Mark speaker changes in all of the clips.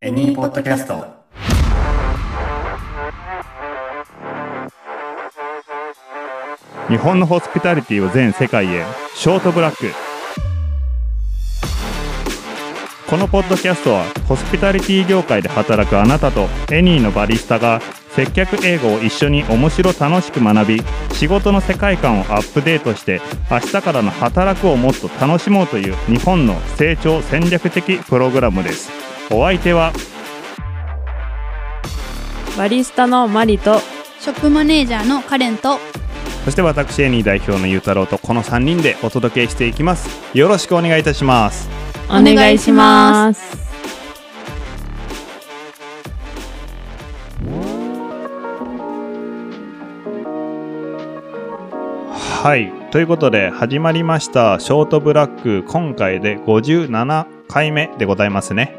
Speaker 1: エニーポッドキャスト。
Speaker 2: 日本のホスピタリティを全世界へショートブラックこのポッドキャストはホスピタリティ業界で働くあなたとエニーのバリスタが接客英語を一緒に面白楽しく学び仕事の世界観をアップデートして明日からの働くをもっと楽しもうという日本の成長戦略的プログラムですお相手は
Speaker 3: バリスタのマリと
Speaker 4: ショップマネージャーのカレンと
Speaker 2: そして私エニー代表のゆうたろうとこの3人でお届けしていきますよろしくお願いいたします
Speaker 3: お。。
Speaker 4: 願いします
Speaker 2: はいということで始まりました「ショートブラック」今回で57回目でございますね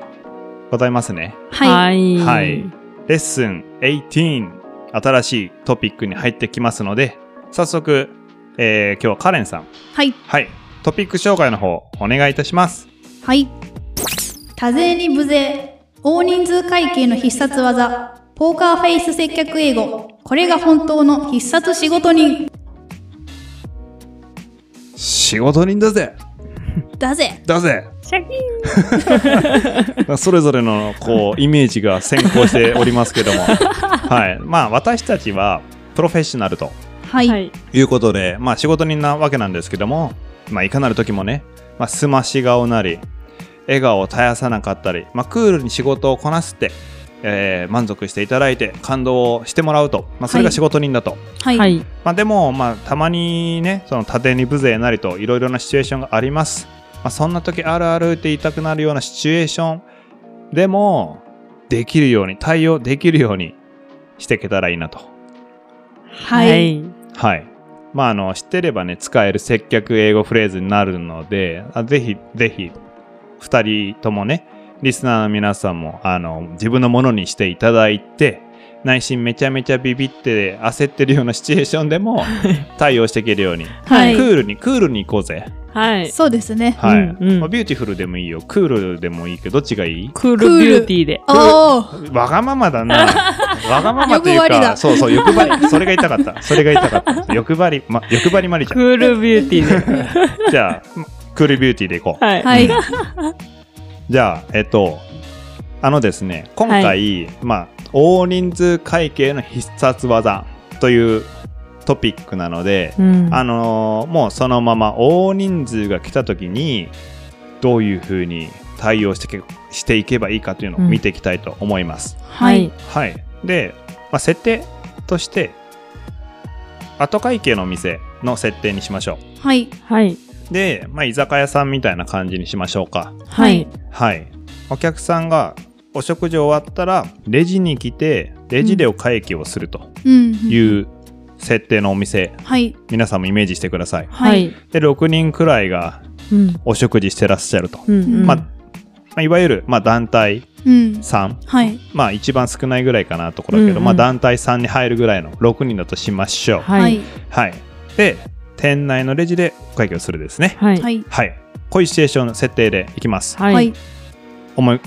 Speaker 2: ございますね
Speaker 4: はい
Speaker 2: はいレッスン18新しいトピックに入ってきますので早速、えー今日はカレンさん
Speaker 4: はい
Speaker 2: はいトピック紹介の方お願いいたします
Speaker 4: はい多勢に無勢大人数会計の必殺技ポーカーフェイス接客英語これが本当の必殺仕事人
Speaker 2: 仕事人だぜ
Speaker 4: だぜ
Speaker 2: だぜ
Speaker 3: シャキ ン。
Speaker 2: それぞれのこうイメージが先行しておりますけども、はいまあ、私たちはプロフェッショナルと
Speaker 4: はい、
Speaker 3: はい。
Speaker 2: いうことで、まあ、仕事人なわけなんですけども、まあ、いかなる時もね、まあ、すまし顔なり笑顔を絶やさなかったり、まあ、クールに仕事をこなすって、えー満足していただいて感動をしてもらうと、まあ、それが仕事人だと、
Speaker 4: はい
Speaker 3: はい。
Speaker 2: まあ、でも、まあ、たまにねその縦に無勢なりといろいろなシチュエーションがあります、まあ、そんな時あるあるって言いたくなるようなシチュエーションでもできるように対応できるようにしていけたらいいなと
Speaker 4: はい
Speaker 2: はいまああの知ってればね使える接客英語フレーズになるのであぜひぜひ2人ともねリスナーの皆さんもあの自分のものにしていただいて内心めちゃめちゃビビって焦ってるようなシチュエーションでも対応していけるように
Speaker 3: は
Speaker 2: ク
Speaker 3: い。
Speaker 2: ールにクールに行こうぜ。
Speaker 3: はい。
Speaker 4: そうですね
Speaker 2: はい。
Speaker 3: うんうん
Speaker 2: まあ、ビューティフルでもいいよ。クールでもいいけど、どっちがいい
Speaker 3: クー
Speaker 4: クー
Speaker 3: ル
Speaker 4: ル
Speaker 3: ビューティーで。
Speaker 4: おー
Speaker 2: わがままだ な。わがままという
Speaker 4: 欲張り
Speaker 2: か、
Speaker 4: だ
Speaker 2: そうそう、欲張 り。それが痛かった。それが痛かった。欲張り、ま、欲張りまりち
Speaker 3: ク
Speaker 2: ゃん。
Speaker 3: ールビューティーで。
Speaker 2: じゃあ、クールビューティーでいこう。
Speaker 3: はい。
Speaker 4: はい
Speaker 2: じゃあ、えっと、あのですね、今回、
Speaker 3: は
Speaker 2: まあ、大人数会計の必殺技というトピックなので、
Speaker 3: うん
Speaker 2: あのーもうそのまま大人数が来た時にどういうふうに対応してけしていけばいいかというのを
Speaker 3: うん
Speaker 2: 見ていきたいと思います。
Speaker 4: は。い
Speaker 2: はい、で、まあ、設定として後会計のお店の設定にしましょ
Speaker 4: はい
Speaker 3: はい。
Speaker 2: う。で、まあ、居酒屋さんみたいな感じにしましょうか。
Speaker 3: はい。
Speaker 2: はい、お客さんがお食事終わったらレジに来てレジでお会計をすると
Speaker 4: うん
Speaker 2: い
Speaker 4: うん
Speaker 2: う設定のお店、
Speaker 4: はい
Speaker 2: 皆さんもイメージしてください。
Speaker 4: はい
Speaker 3: はい。
Speaker 2: で6人くらいが
Speaker 3: うん。
Speaker 2: お食事してらっしゃると、ま
Speaker 3: うん。
Speaker 4: ま
Speaker 2: あまあ、いわゆる、まあ、団体
Speaker 4: うん
Speaker 2: 3
Speaker 4: はい
Speaker 2: まあ一番少ないぐらいかなところだけど、
Speaker 3: うんうん
Speaker 2: まあ、団体3に入るぐらいの6人だとしましょうはい、
Speaker 3: はい。
Speaker 2: で店内のレジでお会計をするですね
Speaker 3: はい。
Speaker 4: はい
Speaker 2: はいこういうシチュエーションの設定でいきます、
Speaker 3: は
Speaker 4: はいい。
Speaker 2: 思い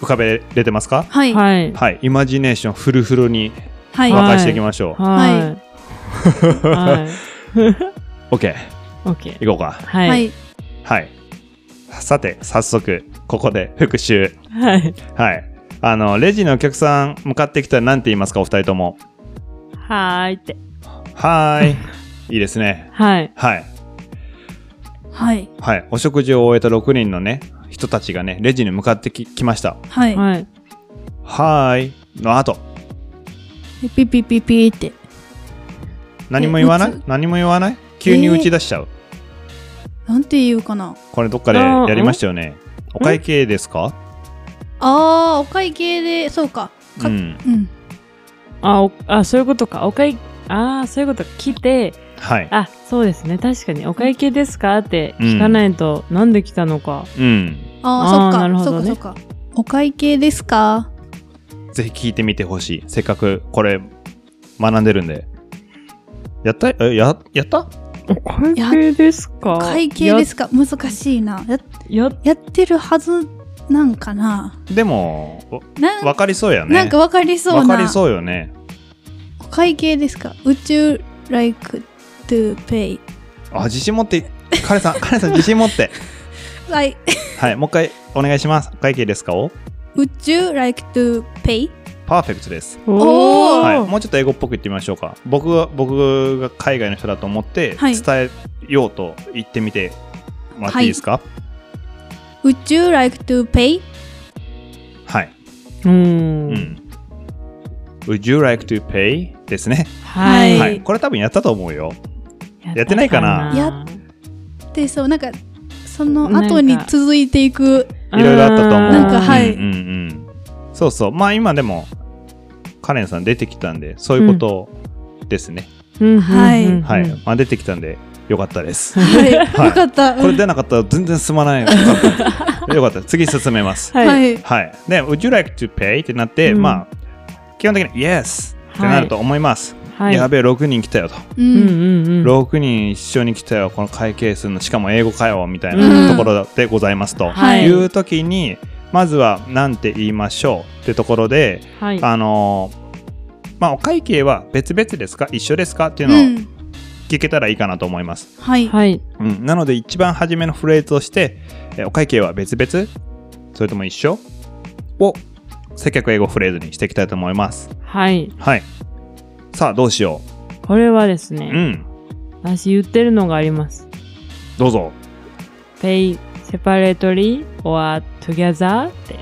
Speaker 2: 浮かべれてますか
Speaker 4: はいはい
Speaker 3: はい。
Speaker 2: はいイマジネーションフルフルに
Speaker 4: はい
Speaker 2: 沸かしていきましょう、
Speaker 3: はい。はい。
Speaker 2: OK
Speaker 3: オッケー。
Speaker 2: 行こうか
Speaker 3: は。
Speaker 4: はいい
Speaker 2: はいさて早速ここで復習
Speaker 3: はい。
Speaker 2: はい。あの、レジのお客さん向かってきたら何て言いますか、お二人とも。
Speaker 3: はーいって。
Speaker 2: は ーい。いいですね。
Speaker 3: はい。
Speaker 2: はい。
Speaker 4: はい
Speaker 2: はい。お食事を終えた6人のね、人たちがね、レジに向かってききました。
Speaker 4: は
Speaker 3: はい。
Speaker 2: はーい。の後、
Speaker 4: いピピピピって
Speaker 2: 何も言わな
Speaker 4: え打
Speaker 2: い何も言わない急に打ち出しちゃう。
Speaker 4: なんて言うかな
Speaker 2: これどっかでやりましたよね。お会計ですか
Speaker 4: あーお会計でそうか
Speaker 2: う
Speaker 4: か
Speaker 2: ん。
Speaker 4: うん
Speaker 3: あ、おあ、そういうことか。お会、ああ、そういうことか。来て、
Speaker 2: はい。
Speaker 3: あ、そうですね。確かに。お会計ですかって聞かないと、なんで来たのか。
Speaker 2: うん。
Speaker 4: あ
Speaker 3: あー
Speaker 4: あ、
Speaker 3: なるほ
Speaker 4: そ
Speaker 3: ど
Speaker 4: っか、
Speaker 3: ね
Speaker 4: そっか、そっか。お会計ですか
Speaker 2: ぜひ聞いてみてほしい。せっかくこれ、学んでるんで。やったえや、やった
Speaker 3: お会計ですか
Speaker 4: 会計ですか難しいな。や
Speaker 3: やや
Speaker 4: やってるはずなんかな
Speaker 2: でもわ
Speaker 4: なん
Speaker 2: わかりそうやね
Speaker 4: なんかわかりそう
Speaker 2: わ
Speaker 4: な
Speaker 2: かりそうよね
Speaker 4: お会計ですか宇宙 like to pay
Speaker 2: あ自信持ってカレさ んカレさん自信持って
Speaker 4: はい
Speaker 2: はいもう一回お願いしますお会計ですかを
Speaker 4: 宇宙 like to pay
Speaker 2: パーフェクトです
Speaker 4: おー
Speaker 2: はい、もうちょっと英語っぽく言ってみましょうか僕が僕が海外の人だと思って
Speaker 4: はい
Speaker 2: 伝えようと言ってみてもらっていいですか
Speaker 4: Would you like to pay?
Speaker 2: はい、
Speaker 3: う。
Speaker 2: うんん Would you like to pay? ですね、
Speaker 3: は
Speaker 4: え
Speaker 3: い。
Speaker 4: ー
Speaker 2: はい、これ多分やったと思うよやってないかな
Speaker 4: やでそうなんかその
Speaker 3: なんか
Speaker 4: 後に続いていく
Speaker 2: いろいろあったと思う
Speaker 4: なんかはい
Speaker 2: うんうんうんそうそうまあ今でもカレンさん出てきたんでそういうことですね、
Speaker 3: うん。
Speaker 4: はい
Speaker 3: うん
Speaker 2: はい、
Speaker 3: うん
Speaker 2: まあ、出てきたんでよかったです
Speaker 4: はい、
Speaker 2: はい
Speaker 4: よかった
Speaker 2: これ出なかったら全然進まないよかったよかった次進めます
Speaker 4: うんは
Speaker 3: はい。
Speaker 4: い
Speaker 2: はい。で、Would you like to pay? ってなって、
Speaker 3: うん
Speaker 2: まあ、基本的に Yes! ってなると思います。
Speaker 3: はい。
Speaker 2: やべえ、6人来たよと。
Speaker 4: う
Speaker 3: うん
Speaker 4: ん
Speaker 3: うんうん。
Speaker 2: 6人一緒に来たよ、この会計するの、しかも英語会話みたい
Speaker 4: うん
Speaker 2: なところでございますと。、
Speaker 3: はいいう
Speaker 2: 時に、まずは何て言いましょうってところで、
Speaker 3: はい。
Speaker 2: あのーまあ、お会計は別々ですか一緒ですかっていう
Speaker 4: う
Speaker 2: のを
Speaker 4: ん
Speaker 2: 聞けたらいいかなと思います。
Speaker 4: はい
Speaker 3: はい。
Speaker 2: うん、なので一番初めのフレーズとして、えーお会計は別々それとも一緒を接客英語フレーズにしていきたいと思います。
Speaker 3: はい。
Speaker 2: はい。さあ、どうしよ
Speaker 3: これはです
Speaker 2: う。う
Speaker 3: ね、
Speaker 2: ん。
Speaker 3: 私言ってるのがあります。
Speaker 2: どうぞ。
Speaker 3: pay separately or together って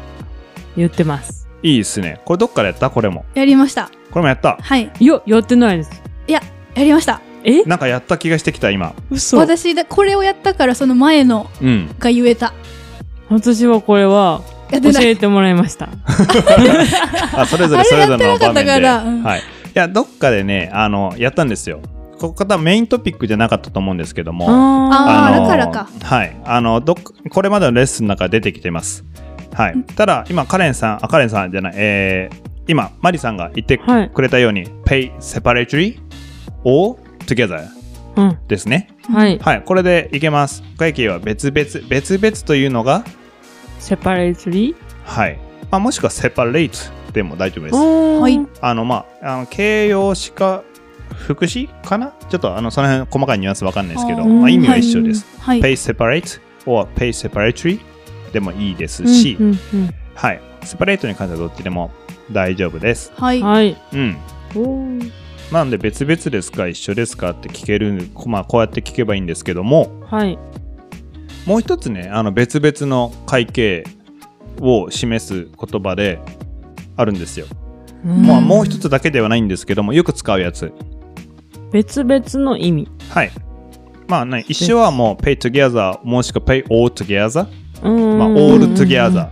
Speaker 3: 言ってます。
Speaker 2: いいですね。これどっからやったこれも。
Speaker 4: やりました
Speaker 2: これもやった。
Speaker 4: はい
Speaker 3: よ、やってないです。
Speaker 4: やりました
Speaker 3: え
Speaker 2: なんかやった気がしてきた、今。
Speaker 3: 嘘
Speaker 4: 私だこれをやったからその前の
Speaker 2: うん。
Speaker 4: が言えた
Speaker 3: 私はこれは
Speaker 4: やって
Speaker 3: 教
Speaker 4: ない
Speaker 3: えてもらいました。
Speaker 2: あ、それぞれ
Speaker 4: あれ
Speaker 2: それぞれ
Speaker 4: や
Speaker 2: の
Speaker 4: ってなか
Speaker 2: 場面
Speaker 4: った
Speaker 2: で。
Speaker 4: からうん
Speaker 2: はい。いや、どっかでね、あの、やったんですよ。ここからメイントピックじゃなかったと思うんですけども。
Speaker 4: あー
Speaker 2: の
Speaker 4: だから
Speaker 2: はい。あの、どっかこれまでのレッスンの中で出てきてます。はい。ただ、今、カレンさん、あ、カレンさんじゃない、えー、今、マリさんが言って
Speaker 3: はい
Speaker 2: くれたように、pay separately or together
Speaker 3: ーうん。
Speaker 2: ですね。
Speaker 3: はい。
Speaker 2: はい。これでいけます。会計は別々、別々というのが、
Speaker 3: separately
Speaker 2: はい。まあ、もしくは separate でも大丈夫です。
Speaker 3: はい
Speaker 4: は
Speaker 2: あの、まあ、あの形容詞か、副詞かなちょっとあのその辺細かいニュアンスわかんないですけど、
Speaker 4: あー
Speaker 2: まあ、意味は一緒です。
Speaker 4: はい
Speaker 2: pay separate or pay separately でもいいですし、
Speaker 3: うんうん
Speaker 2: はい、セパレートに関してはどっちでも大丈夫です。
Speaker 4: は
Speaker 3: う
Speaker 4: い
Speaker 3: んはい。
Speaker 2: うん。
Speaker 3: おー
Speaker 2: なので別々ですか一緒ですかって聞ける、まあこうやって聞けばいいんですけども、
Speaker 3: はい。
Speaker 2: もう一つね、あの別々の会計を示す言葉であるんですよ。まあ
Speaker 4: ん
Speaker 2: もう一つだけではないんですけども、よく使うやつ。
Speaker 3: 別々の意味。
Speaker 2: はい。まあね、一緒はもう pay together もしくは pay all together、ま
Speaker 3: ま
Speaker 2: あ all together。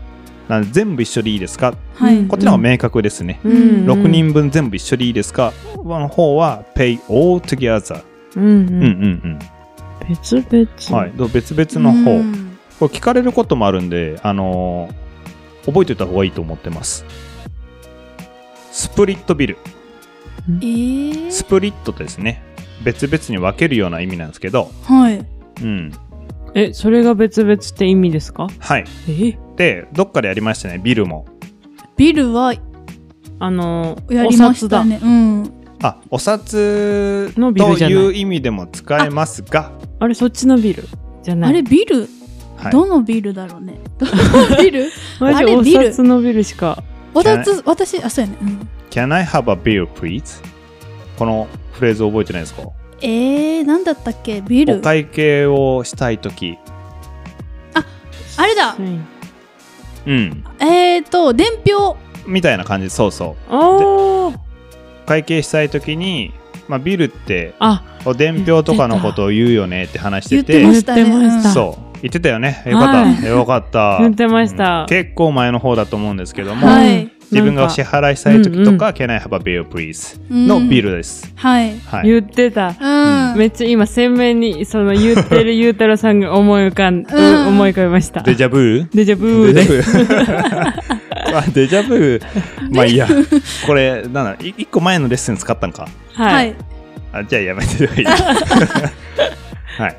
Speaker 2: なんで全部一緒でいいですか
Speaker 4: はい
Speaker 2: こっちの方が明確ですね。
Speaker 4: うん
Speaker 2: 6人分全部一緒でいいですかの方は pay all together。
Speaker 3: うんう
Speaker 2: うんんうん
Speaker 3: 別
Speaker 2: うん。
Speaker 3: 々。
Speaker 2: はい。どう別々の方。
Speaker 4: うん
Speaker 2: これ聞かれることもあるんで、あのー覚えておいた方がいいと思ってます。スプリットビル。
Speaker 4: えー
Speaker 2: スプリットですね。別々に分けるような意味なんですけど。
Speaker 4: はい
Speaker 2: うん。
Speaker 3: え、それが別々って意味ですか
Speaker 2: はい。
Speaker 3: え
Speaker 2: で、どっかでやりましたね、ビルも。
Speaker 4: ビルは
Speaker 3: あの、
Speaker 4: や
Speaker 3: お
Speaker 4: りま
Speaker 3: 札
Speaker 4: し
Speaker 3: だ
Speaker 4: た。ねうん
Speaker 2: あ、お札と
Speaker 3: のビルじゃない
Speaker 2: いう意味でも使えますが、
Speaker 3: あれ、そっちのビルじゃない。
Speaker 4: あれビル
Speaker 2: はい。
Speaker 4: どのビルだろうねどのビル
Speaker 3: マ
Speaker 4: あ
Speaker 3: ジ
Speaker 4: れ
Speaker 3: お
Speaker 4: ビル
Speaker 3: 札のビルしか。
Speaker 4: おたつ私あそうやねうん
Speaker 2: Can I have a beer, please? このフレーズ覚えてないですか
Speaker 4: えー、なんだったっけビ
Speaker 2: お
Speaker 4: ル
Speaker 2: 会計をしたいとき。
Speaker 4: あれだ
Speaker 3: うん
Speaker 2: うん。
Speaker 4: えーと伝票
Speaker 2: みたいな感じ、そうそ
Speaker 3: あー
Speaker 2: う。会計したいときに、まあ、ビルって、
Speaker 3: あ、
Speaker 2: お伝票とかのことを言うよねって話してて、
Speaker 3: 言
Speaker 4: 言ま
Speaker 3: っ
Speaker 4: したね
Speaker 3: てました。
Speaker 2: そう。言ってたよね。よかった。よかった。
Speaker 3: 言ってました
Speaker 2: うん結構前の方だと思うんですけども、
Speaker 4: はい
Speaker 2: 自分がお支払いしたいとき
Speaker 3: な
Speaker 2: と
Speaker 3: ん
Speaker 2: か、
Speaker 3: か
Speaker 2: Can I have a beer, please?
Speaker 4: うん
Speaker 2: のビルです。
Speaker 4: はい
Speaker 2: はい。
Speaker 3: 言ってた。
Speaker 4: うん
Speaker 3: めっちゃ今鮮明にその言っ てるゆうたろうさんが思い浮かん、
Speaker 4: うん
Speaker 3: 思い浮かびました。
Speaker 2: デジャブー
Speaker 3: デジャブー
Speaker 2: デジ
Speaker 3: で
Speaker 2: ャ ブーあデジャブーまあいいやこれなんだい一個前のレッスン使ったんか
Speaker 3: は。
Speaker 4: はいい
Speaker 2: あじゃあやめてはいいはい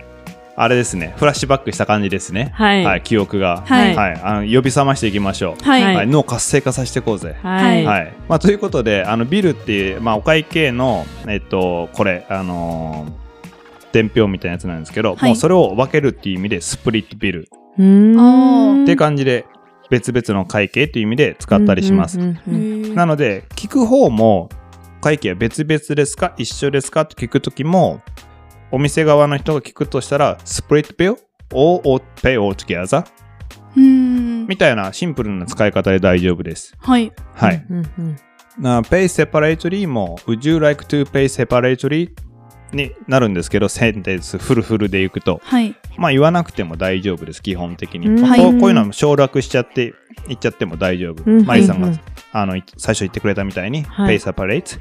Speaker 2: あれですねフラッシュバックした感じですね
Speaker 3: はい
Speaker 2: 記憶が
Speaker 4: はい
Speaker 2: はい、あの呼び覚ましていきましょう、
Speaker 4: はい、
Speaker 3: はい
Speaker 2: はい、脳を活性化させていこうぜ
Speaker 3: はい。
Speaker 2: はいまあ、ということであのビルっていう、まあ、お会計の、えっと、これ、あのー伝票みたいなやつなんですけど、
Speaker 4: はい
Speaker 2: もうそれを分けるっていう意味でスプリットビル
Speaker 3: うーん
Speaker 4: あー
Speaker 2: って感じで別々の会計っていう意味で使ったりします。
Speaker 3: うんうんうん
Speaker 2: なので聞く方も会計は別々ですか一緒ですかって聞く時もお店側の人が聞くとしたらスプリットビル or or pay all together
Speaker 4: うん
Speaker 2: みたいなシンプルな使い方で大丈夫です。
Speaker 4: はい
Speaker 2: はい。
Speaker 3: うんうん
Speaker 2: な pay separately も Would you like to pay separately? になるんですけど、センテンスフルフルでいくと。
Speaker 4: はい
Speaker 2: まあ言わなくても大丈夫です、基本的に。
Speaker 3: うん
Speaker 2: まあ
Speaker 4: はい
Speaker 2: こうこういうのは省略しちゃって、言っちゃっても大丈夫。
Speaker 3: うん
Speaker 2: マリさんが
Speaker 3: うん
Speaker 2: あのい最初言ってくれたみたいに、
Speaker 3: はい
Speaker 2: pay separate,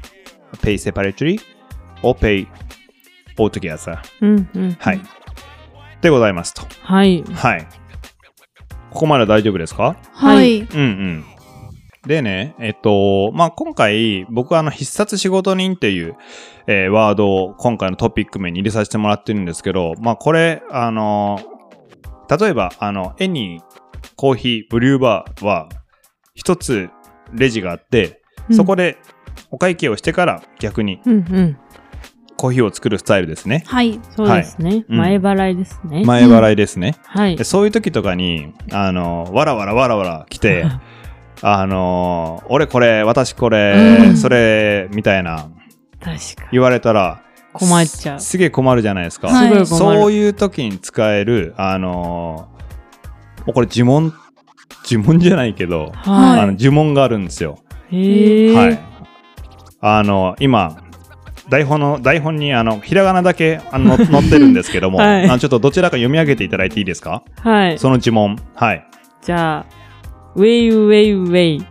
Speaker 2: pay separately, or pay altogether。
Speaker 3: うんうん
Speaker 2: はい。でございますと。
Speaker 3: はい。
Speaker 2: はい。ここまで大丈夫ですか
Speaker 4: は
Speaker 3: はい
Speaker 4: い
Speaker 2: うんうん。でね、えっと、まあ、今回、僕はあの、必殺仕事人っていう、えーワードを今回のトピック名に入れさせてもらってるんですけど、まあ、これ、あの、例えば、あの、絵にコーヒー、ブリューバーは、一つレジがあって、そこでお会計をしてから逆に
Speaker 3: うんうん。
Speaker 2: コーヒーを作るスタイルですね。
Speaker 4: はい
Speaker 3: そうですね。
Speaker 2: うん
Speaker 3: 前払いですね。
Speaker 2: 前払いですね。
Speaker 3: はい
Speaker 2: で。そういう時とかに、あの、わらわらわらわら来 て、あのー俺これ、私これ、
Speaker 3: うん
Speaker 2: それ、みたいな
Speaker 3: 確かに。
Speaker 2: 言われたら、
Speaker 3: 困っちゃう。
Speaker 2: すすげえ困るじゃないですか。
Speaker 4: は
Speaker 3: すご
Speaker 4: い
Speaker 3: い困る。
Speaker 2: そういう時に使える、あのーもうこれ呪文、呪文じゃないけど、
Speaker 4: はい
Speaker 2: あの呪文があるんですよ。
Speaker 3: い。へえ。
Speaker 2: はい。あの今、台本の、台本にあの、ひらがなだけあの載ってるんですけども、
Speaker 3: はい
Speaker 2: あのちょっとどちらか読み上げていただいていいですか
Speaker 3: はい。
Speaker 2: その呪文。はい。
Speaker 3: じゃあ、ウェイウェイウェイ。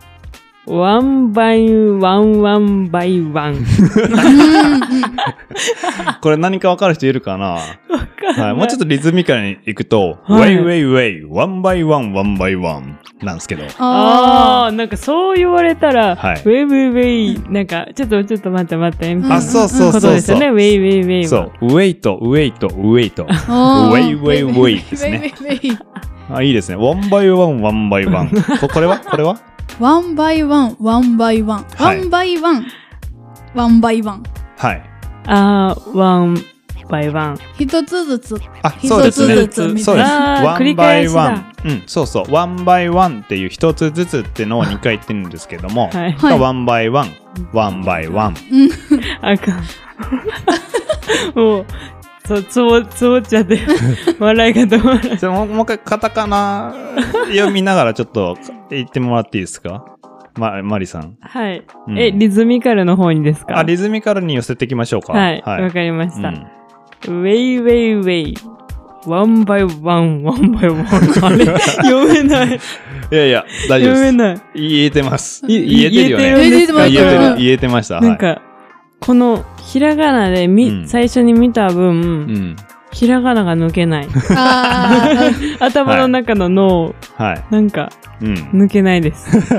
Speaker 3: ワンバイワンワンバイワン。
Speaker 2: これ何か分かる人いるかなはい、もうちょっとリズミカルにいくと、
Speaker 3: はい
Speaker 2: ウェイウェイウェイ、ワンバイワン、ワンバイワンなんですけど、
Speaker 3: ああ、なんかそう言われたら、
Speaker 2: はい
Speaker 3: ウェイウェイウェイ、なんか、ちょっと、ちょっと待って待って、みたいな。
Speaker 2: あ、そうそう
Speaker 3: こと
Speaker 2: そう
Speaker 3: です
Speaker 2: そ
Speaker 3: よね。ウ
Speaker 2: う。
Speaker 3: ェイウェイウェイは。
Speaker 2: そう、ウェイとウェイとウェイと。
Speaker 4: あ
Speaker 2: ウェイウェイウェイですね
Speaker 4: ウェイウェイウェイ
Speaker 2: あ、いいですね。ワンバイワン、ワンバイ ワン。ここれはこれは
Speaker 4: ワンバイワンワンバイワンワ
Speaker 2: はい
Speaker 4: ンバイワンワンバイワン
Speaker 2: はい。
Speaker 3: あー、ワンバイワン。
Speaker 4: 一つずつ
Speaker 2: あ、そうですね。
Speaker 4: 一
Speaker 2: そう
Speaker 4: つずつみ
Speaker 2: で
Speaker 4: たいな
Speaker 2: す。
Speaker 3: あー
Speaker 2: ワ
Speaker 3: 繰
Speaker 2: ン
Speaker 3: り
Speaker 2: バ
Speaker 3: 返
Speaker 2: イ
Speaker 3: しだ
Speaker 2: ワン。うん、そうそう。ワンバイワンっていう一つずつってのを2回言ってるんですけども、
Speaker 3: はい。
Speaker 4: はい
Speaker 2: ワンバイワン、ワンバイワン。
Speaker 3: あかん。もう、そう、つぼ、つぼっち ゃって、笑いが止まらない。
Speaker 2: じゃあもうもう一回カタカナ読みながらちょっと言ってもらっていいですかま、マリさん。
Speaker 3: はい。
Speaker 2: うん
Speaker 3: え、リズミカルの方にですか
Speaker 2: あ、リズミカルに寄せていきましょうか。
Speaker 3: はい。わ、
Speaker 2: うん
Speaker 3: かりました。ウェイウェイウェイ。ワンバイワン、ワンバイワン。あ れ読めない。
Speaker 2: いやいや、大丈夫
Speaker 3: 読
Speaker 2: で
Speaker 3: め
Speaker 2: す。
Speaker 3: ない。
Speaker 2: 言えてます。
Speaker 3: い
Speaker 2: 言えてるよね。
Speaker 3: 言
Speaker 2: 言
Speaker 3: えてるん
Speaker 2: え
Speaker 3: です
Speaker 2: て
Speaker 3: か
Speaker 4: 言えて
Speaker 2: る、
Speaker 4: る
Speaker 2: 言えてました。
Speaker 3: なん
Speaker 2: は
Speaker 3: か、このひらがなでみ、
Speaker 2: うん
Speaker 3: 最初に見た分、
Speaker 2: い。うん。
Speaker 3: ひらがなが抜 けない。
Speaker 4: あー
Speaker 3: 頭の中の脳、
Speaker 2: はい。
Speaker 3: なんか
Speaker 2: うん。
Speaker 3: 抜けないです。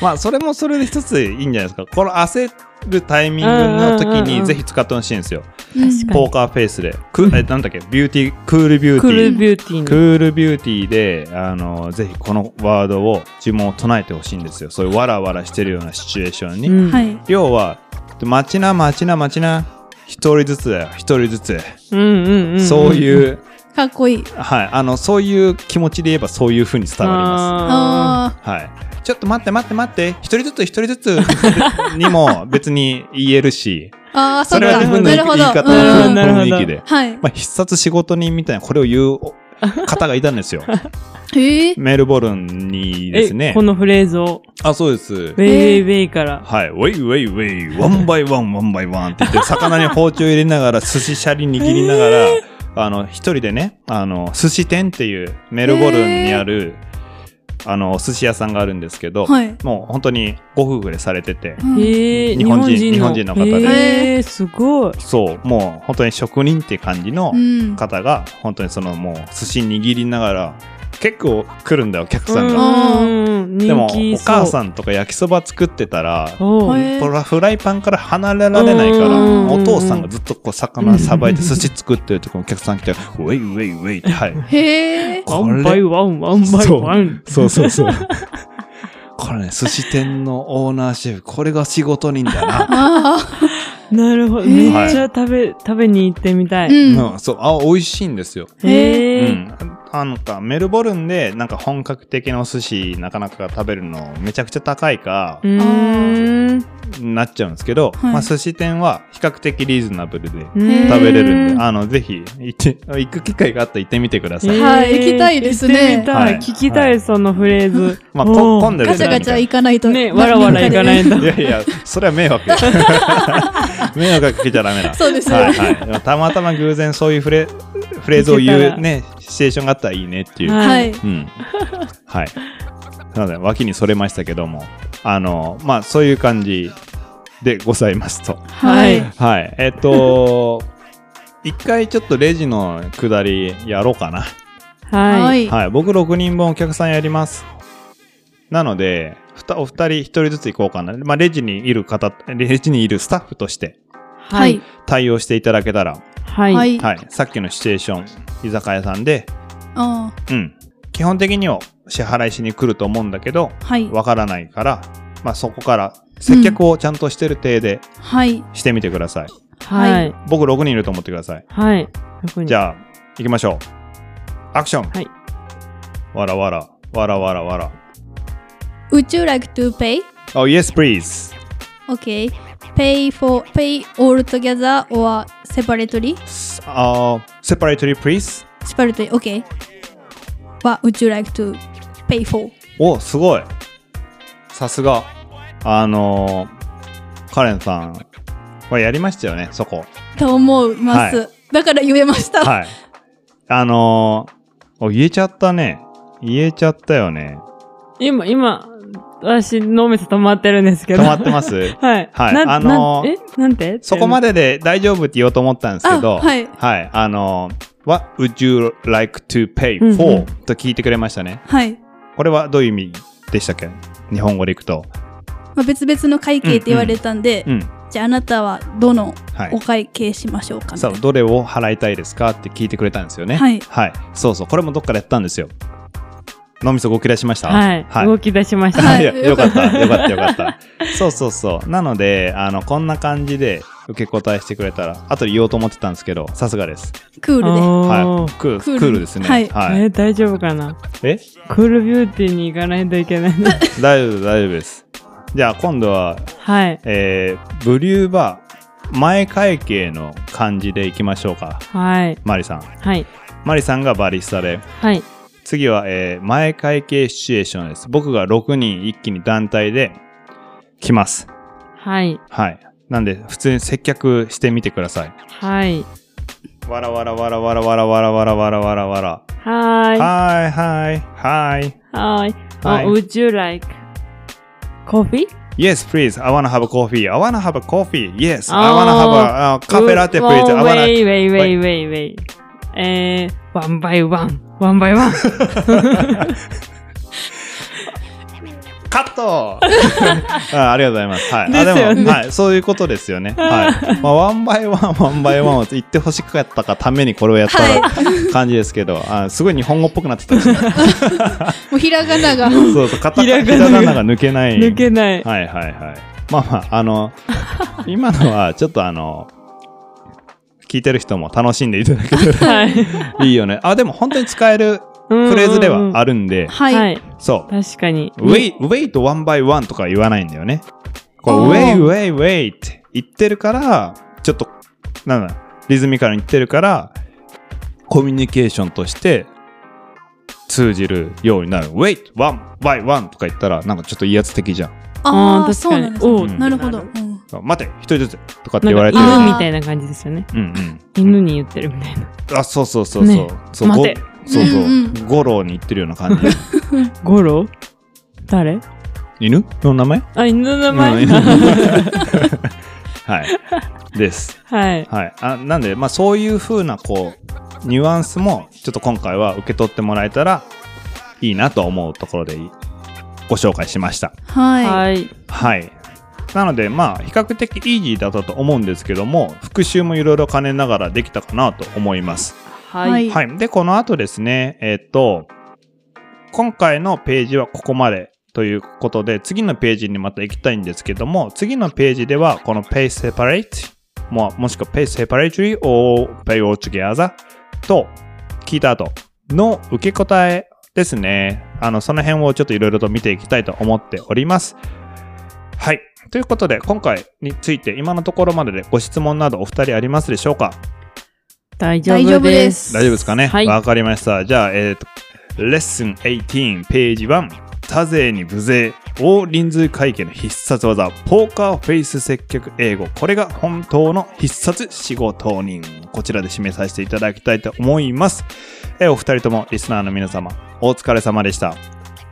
Speaker 2: まあ、それもそれで一ついいんじゃないですか。この焦るタイミングの時
Speaker 3: うんうんうんう
Speaker 2: に
Speaker 3: ん
Speaker 2: ぜひ使ってほしいんですよ。
Speaker 4: うん
Speaker 3: かに
Speaker 2: ポーカーフェイスで。く、え、なんだっけビューティー、クールビューテ
Speaker 3: ク
Speaker 2: ィ
Speaker 3: ールビューティー
Speaker 2: ク
Speaker 3: に。
Speaker 2: ールビューティーで、あの、ぜひこのワードを、呪文を唱えてほしいんですよ。そういうわらわらしてるようなシチュエーションに。
Speaker 3: うん
Speaker 4: はい
Speaker 2: 要は、待ちな待ちな待ちな、一人ずつだよ、一人ずつ。
Speaker 3: うんうんうん。
Speaker 2: そういう、
Speaker 4: かっこいい
Speaker 2: はい、あの、そういう気持ちで言えばそういう風に伝わりま
Speaker 3: あ
Speaker 4: あ
Speaker 2: す。はい。ちょっと待って待って待って、一人ずつ一人ずつ にも別に言えるし、
Speaker 4: ーあーそ
Speaker 2: そ
Speaker 4: っ
Speaker 2: れは
Speaker 4: か
Speaker 2: 自分の
Speaker 4: な
Speaker 2: 言い
Speaker 4: るほ
Speaker 2: 言い
Speaker 4: ど
Speaker 2: 方、
Speaker 3: うんなるほど
Speaker 2: 雰囲気で。
Speaker 4: はい
Speaker 2: まあ、必殺仕事人みたいな、これを言うお方がいたんですよ。
Speaker 4: へえ
Speaker 2: メルボルンに
Speaker 3: ー
Speaker 2: ですね
Speaker 3: え、。このフレーズを、
Speaker 2: あ、そうです
Speaker 3: ウ。ェイウェイウェイから。
Speaker 2: はい。ウェイウェイウェイ、ワンバイワン、ワンバイワンって 言って、魚に包丁入れながら、寿司シャリ握りながら、あの、一人でね、あの、寿司店っていうメルボルンにある、あの、お寿司屋さんがあるんですけど、
Speaker 4: はい
Speaker 2: もう本当にご夫婦でされてて、
Speaker 4: うん
Speaker 3: えー、
Speaker 2: 日本人日本人の方で
Speaker 3: えー、すごい。
Speaker 2: そう、もう本当に職人って感じの
Speaker 4: うん
Speaker 2: 方が、本当にそのもう寿司握りながら、結構来るんだよ、お客
Speaker 3: う
Speaker 2: さんが。
Speaker 3: んうん。
Speaker 2: でも
Speaker 3: 人、気
Speaker 2: お
Speaker 3: そう。
Speaker 2: 母さんとか焼きそば作ってたら、
Speaker 3: おう。
Speaker 4: へー
Speaker 2: これはフライパンから離れられないか
Speaker 3: う
Speaker 2: ら、
Speaker 3: ん
Speaker 2: お父さんがずっとこう魚さばいて寿司作ってるとこお客さん来て、ウェイウェイウェイって、はい。
Speaker 4: へえ。
Speaker 3: ワ
Speaker 2: こ
Speaker 3: ンバイ
Speaker 2: れ、
Speaker 3: ワン、ワンバイワン。
Speaker 2: そうそうそう。これね、寿司店のオーナーシェフ、これが仕事人だな。
Speaker 4: あ
Speaker 3: なるほど。
Speaker 4: へー
Speaker 3: めっちゃ食べ、食べに行ってみた
Speaker 4: あ。
Speaker 3: い。
Speaker 4: うん。
Speaker 2: うん、そう、あ、美味しいんですよ。う
Speaker 3: へえ。
Speaker 2: ん。あのか、メルボルンで、なんか本格的なお寿司、なかなか食べるの、めちゃくちゃ高いか
Speaker 3: う、ーん。
Speaker 2: なっちゃうんですけど、
Speaker 4: はい
Speaker 2: まあ、寿司店は比較的リーズナブルで、
Speaker 4: へー
Speaker 2: 食べれるんで、あの、ぜひ、行って、行く機会があったら行ってみてください。
Speaker 4: えはい行きたいですね
Speaker 3: 行ってみた
Speaker 2: はい
Speaker 3: い。聞きた
Speaker 2: はい
Speaker 3: い、そのフレーズ。
Speaker 2: まあ、こ混ん
Speaker 3: で
Speaker 2: でる
Speaker 4: ガチャガチャ行かないと。
Speaker 3: ね、わらわら行かないんだ。
Speaker 2: いやいや、それは迷 惑よ迷惑かけちゃダメだ。
Speaker 4: そうですよ
Speaker 2: はいはいでも。たまたま偶然そういうフレ、フレーズを
Speaker 3: いけ
Speaker 2: 言
Speaker 3: た
Speaker 2: う
Speaker 3: ら
Speaker 2: ね、シチュエーションがあったらいいねっていう。
Speaker 3: は
Speaker 4: はいい。
Speaker 2: うん。はい。なので、脇にそれましたけども、あの、まあ、そういう感じでございますと。
Speaker 3: はい。
Speaker 2: はい。えっと、一回ちょっとレジの下りやろうかな。
Speaker 3: は。
Speaker 4: はいい。
Speaker 2: はい。僕6人分お客さんやります。なので、ふたお二人一人ずつ行こうかな。まあ、レジにいる方、レジにいるスタッフとして
Speaker 4: は
Speaker 3: はいい。。
Speaker 2: 対応していただけたら、
Speaker 3: は。
Speaker 4: はいい。
Speaker 2: はい。さっきのシチュエーション、居酒屋さんで、
Speaker 4: あ
Speaker 2: うん。基本的には支払いしに来ると思うんだけど、
Speaker 4: あはい。
Speaker 2: わからないから、まあ、そこから接客をちゃんとしてる体で
Speaker 4: はい。
Speaker 2: してみてください。
Speaker 3: は
Speaker 4: はいい。
Speaker 2: 僕6人いると思ってください。
Speaker 3: はい。
Speaker 2: じ
Speaker 3: あ。
Speaker 2: ゃあ、行きましょう。アクション。
Speaker 3: はい。
Speaker 2: わらわら、わらわらわら。
Speaker 4: Would you like to pay?
Speaker 2: Oh, yes, please.
Speaker 4: Okay. Pay for pay all together or separately?
Speaker 2: S- Uh, separately, please.
Speaker 4: Separately. Okay. What would you like to pay for?
Speaker 2: お、すごい。さすが。あのー、カレンさん。これやりましたよね、そこ。
Speaker 4: と思います。
Speaker 2: は
Speaker 4: だから言えました。
Speaker 2: はい。あのー、お、言えちゃったね。言えちゃったよね。
Speaker 3: 今、今、私、脳みそ止まってるんですけ
Speaker 2: 止
Speaker 3: ど。
Speaker 2: まってます
Speaker 3: はい。
Speaker 2: はい
Speaker 3: な
Speaker 2: あのー
Speaker 3: なんえなんて
Speaker 2: そこま
Speaker 3: で。
Speaker 2: でで大丈夫って言おうと思ったんですけど、
Speaker 4: あはい
Speaker 2: はい。あのー、What would you like to pay
Speaker 3: うんうん
Speaker 2: for?、と聞いてくれましたね。
Speaker 4: はい。
Speaker 2: これはどういう意味でしたっけ日本語でいくと。
Speaker 4: まあ、別々の会計って言われたんで、
Speaker 2: うん。
Speaker 4: じゃああなたはどの
Speaker 2: はい
Speaker 4: お。会計しましょうかみた
Speaker 2: そ、
Speaker 4: いうな
Speaker 2: どれを払いたいですかって聞いてくれたんですよね。
Speaker 4: はい
Speaker 2: はい。そうそう、これもどっからやったんですよ。脳みそ動き出しました
Speaker 3: はい。 動き出しまし
Speaker 4: は
Speaker 3: た。
Speaker 4: い
Speaker 2: いやよかった、よかった、よかった。そうそうそう。なので、あの、こんな感じで受け答えしてくれたら、後で言おうと思ってたんですけど、さすがです。
Speaker 4: クールで。
Speaker 3: お
Speaker 2: は
Speaker 3: ー
Speaker 2: い。クール、
Speaker 4: クール
Speaker 2: クールですね。
Speaker 4: はい
Speaker 3: え、大丈夫かな
Speaker 2: え
Speaker 3: クールビューティーに行かないといけないな。
Speaker 2: 大丈夫、大丈夫です。じゃあ、今度は、
Speaker 3: はい。
Speaker 2: えー、ブリューバー、前会計の感じでいきましょうか。
Speaker 3: はい。
Speaker 2: マリさん。
Speaker 3: はい。
Speaker 2: マリさんがバリスタで、
Speaker 3: はい。
Speaker 2: 次は、えー前会計シチュエーションです。僕が6人一気に団体で来ます。
Speaker 3: はい。
Speaker 2: はい。なんで、普通に接客してみてください。
Speaker 3: はい。
Speaker 2: わらわらわらわらわらわらわらわらわらわら。
Speaker 3: はい。
Speaker 2: はいはいはい。
Speaker 3: はい。
Speaker 2: はい
Speaker 3: Uh, would you like coffee?
Speaker 2: Yes, please. I wanna have a coffee. I wanna have a coffee. Yes, I
Speaker 3: あ
Speaker 2: wanna
Speaker 3: ー
Speaker 2: have a、uh, cafe latte, please.
Speaker 3: Oh,
Speaker 2: I wanna...
Speaker 3: wait, wait, wait, wait, wait. えー、one by one. One by one.
Speaker 2: カット あありがとうございます。はい。
Speaker 3: ですよ
Speaker 2: あで
Speaker 3: ね
Speaker 2: も、はい、そういうことですよね。はい。まあ、ワンバイワン、ワンバイワンを言ってほしかったかためにこれをやった感じですけど、あすごい日本語っぽくなってたし、 ね、
Speaker 4: もうひらがなが。
Speaker 2: そうそう、カタカ
Speaker 3: ひら
Speaker 2: ナ
Speaker 3: がなが
Speaker 2: が抜けない。
Speaker 3: 抜けない。
Speaker 2: はいはいはい。まあまあ、あの、今のはちょっとあの、聞いてる人も楽しんでいただけた
Speaker 3: はい。
Speaker 2: らいいよね。あ、でも本当に使えるフレーズではあるんで、
Speaker 4: はい。
Speaker 3: はい。
Speaker 2: そう。
Speaker 3: 確かに。
Speaker 2: ウェイ、ウェイとワンバイワンとか言わないんだよね。これ、ウ
Speaker 4: おー
Speaker 2: ェイ、ウェイ、ウェイって言ってるから、ちょっと、なんだ、リズミカルに言ってるから、コミュニケーションとして通じるようになる。ウェイ、ワン、バイ、ワンとか言ったら、なんかちょっと威圧的じゃん。
Speaker 3: あ
Speaker 4: あ
Speaker 3: ー
Speaker 4: あ、
Speaker 3: 確
Speaker 4: そ
Speaker 3: か
Speaker 4: う
Speaker 3: に
Speaker 4: なんですね
Speaker 3: お
Speaker 2: う
Speaker 4: なるほ
Speaker 3: な
Speaker 4: ど。
Speaker 3: る
Speaker 4: うん
Speaker 2: 待て、一人ずつとかって
Speaker 3: なん
Speaker 2: 言わ
Speaker 3: か
Speaker 2: れてる。
Speaker 3: 犬みたいな感じですよね。
Speaker 2: うんうん。
Speaker 3: 犬に言ってるみたいな。
Speaker 2: あ、そうそうそうそう。
Speaker 3: ね
Speaker 2: そう
Speaker 3: 待て
Speaker 2: ごそうそう。
Speaker 4: うん
Speaker 2: ゴロに言ってるような感じ。
Speaker 3: ゴロ誰
Speaker 2: 犬の名前
Speaker 3: あ、犬の名
Speaker 2: うん
Speaker 3: 前
Speaker 2: 犬はい。です。
Speaker 3: はい。
Speaker 2: はい。あなんで、まあそういう風な、こう、ニュアンスも、ちょっと今回は受け取ってもらえたらいいなと思うところでご紹介しました。
Speaker 4: はい。
Speaker 3: はい。
Speaker 2: はい。なので、まあ、比較的イージーだったと思うんですけども、復習もいろいろ兼ねながらできたかなと思います。
Speaker 3: はい。
Speaker 4: は
Speaker 2: はい。で、この後ですね、えっと、今回のページはここまでということで、次のページにまた行きたいんですけども、次のページでは、この Pay Separate、ももしくは Pay Separately or Pay All Together と聞いた後の受け答えですね。あの、その辺をちょっといろいろと見ていきたいと思っております。はい。ということで、今回について今のところまででご質問などお二人ありますでしょうか
Speaker 3: 大丈
Speaker 4: 大丈
Speaker 3: 夫
Speaker 4: 夫で
Speaker 3: です。
Speaker 4: す。
Speaker 2: 大丈夫ですかね
Speaker 3: はい
Speaker 2: わかりました。じゃあ、えっ、と、レッスン18、ページ1、多勢に無勢、大人数会計の必殺技、ポーカーフェイス接客英語。これが本当の必殺仕事人。こちらで締めさせていただきたいと思います。えーお二人ともリスナーの皆様、お疲れ様でした。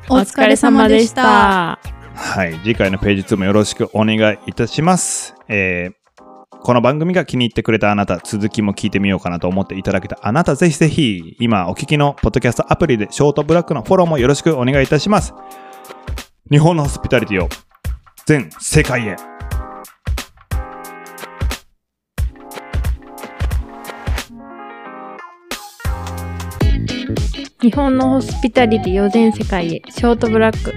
Speaker 4: お疲れ様でした。。
Speaker 2: はい。次回のページ2もよろしくお願いいたします。えーこの番組が気に入ってくれたあなた、続きも聞いてみようかなと思っていただけたあなた、ぜひぜひ、今お聞きのポッドキャストアプリでショートブラックのフォローもよろしくお願いいたします。日本のホスピタリティを全世界へ。
Speaker 5: 日本のホスピタリティを全世界へショートブラック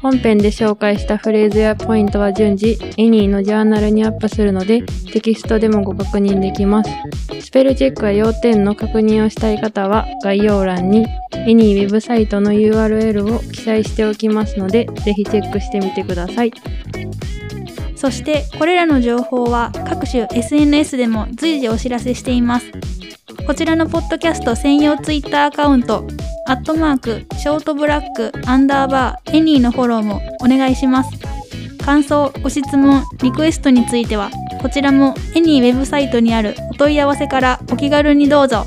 Speaker 5: 本編で紹介したフレーズやポイントは順次エニーのジャーナルにアップするのでテキストでもご確認できますスペルチェックや要点の確認をしたい方は概要欄にエニーウェブサイトの URL を記載しておきますのでぜひチェックしてみてください
Speaker 4: そしてこれらの情報は各種 SNS でも随時お知らせしています。こちらのポッドキャスト専用ツイッターアカウント、アットマーク、ショートブラック、アンダーバー、エニーのフォローもお願いします。感想、ご質問、リクエストについては、こちらもエニーウェブサイトにあるお問い合わせからお気軽にどうぞ。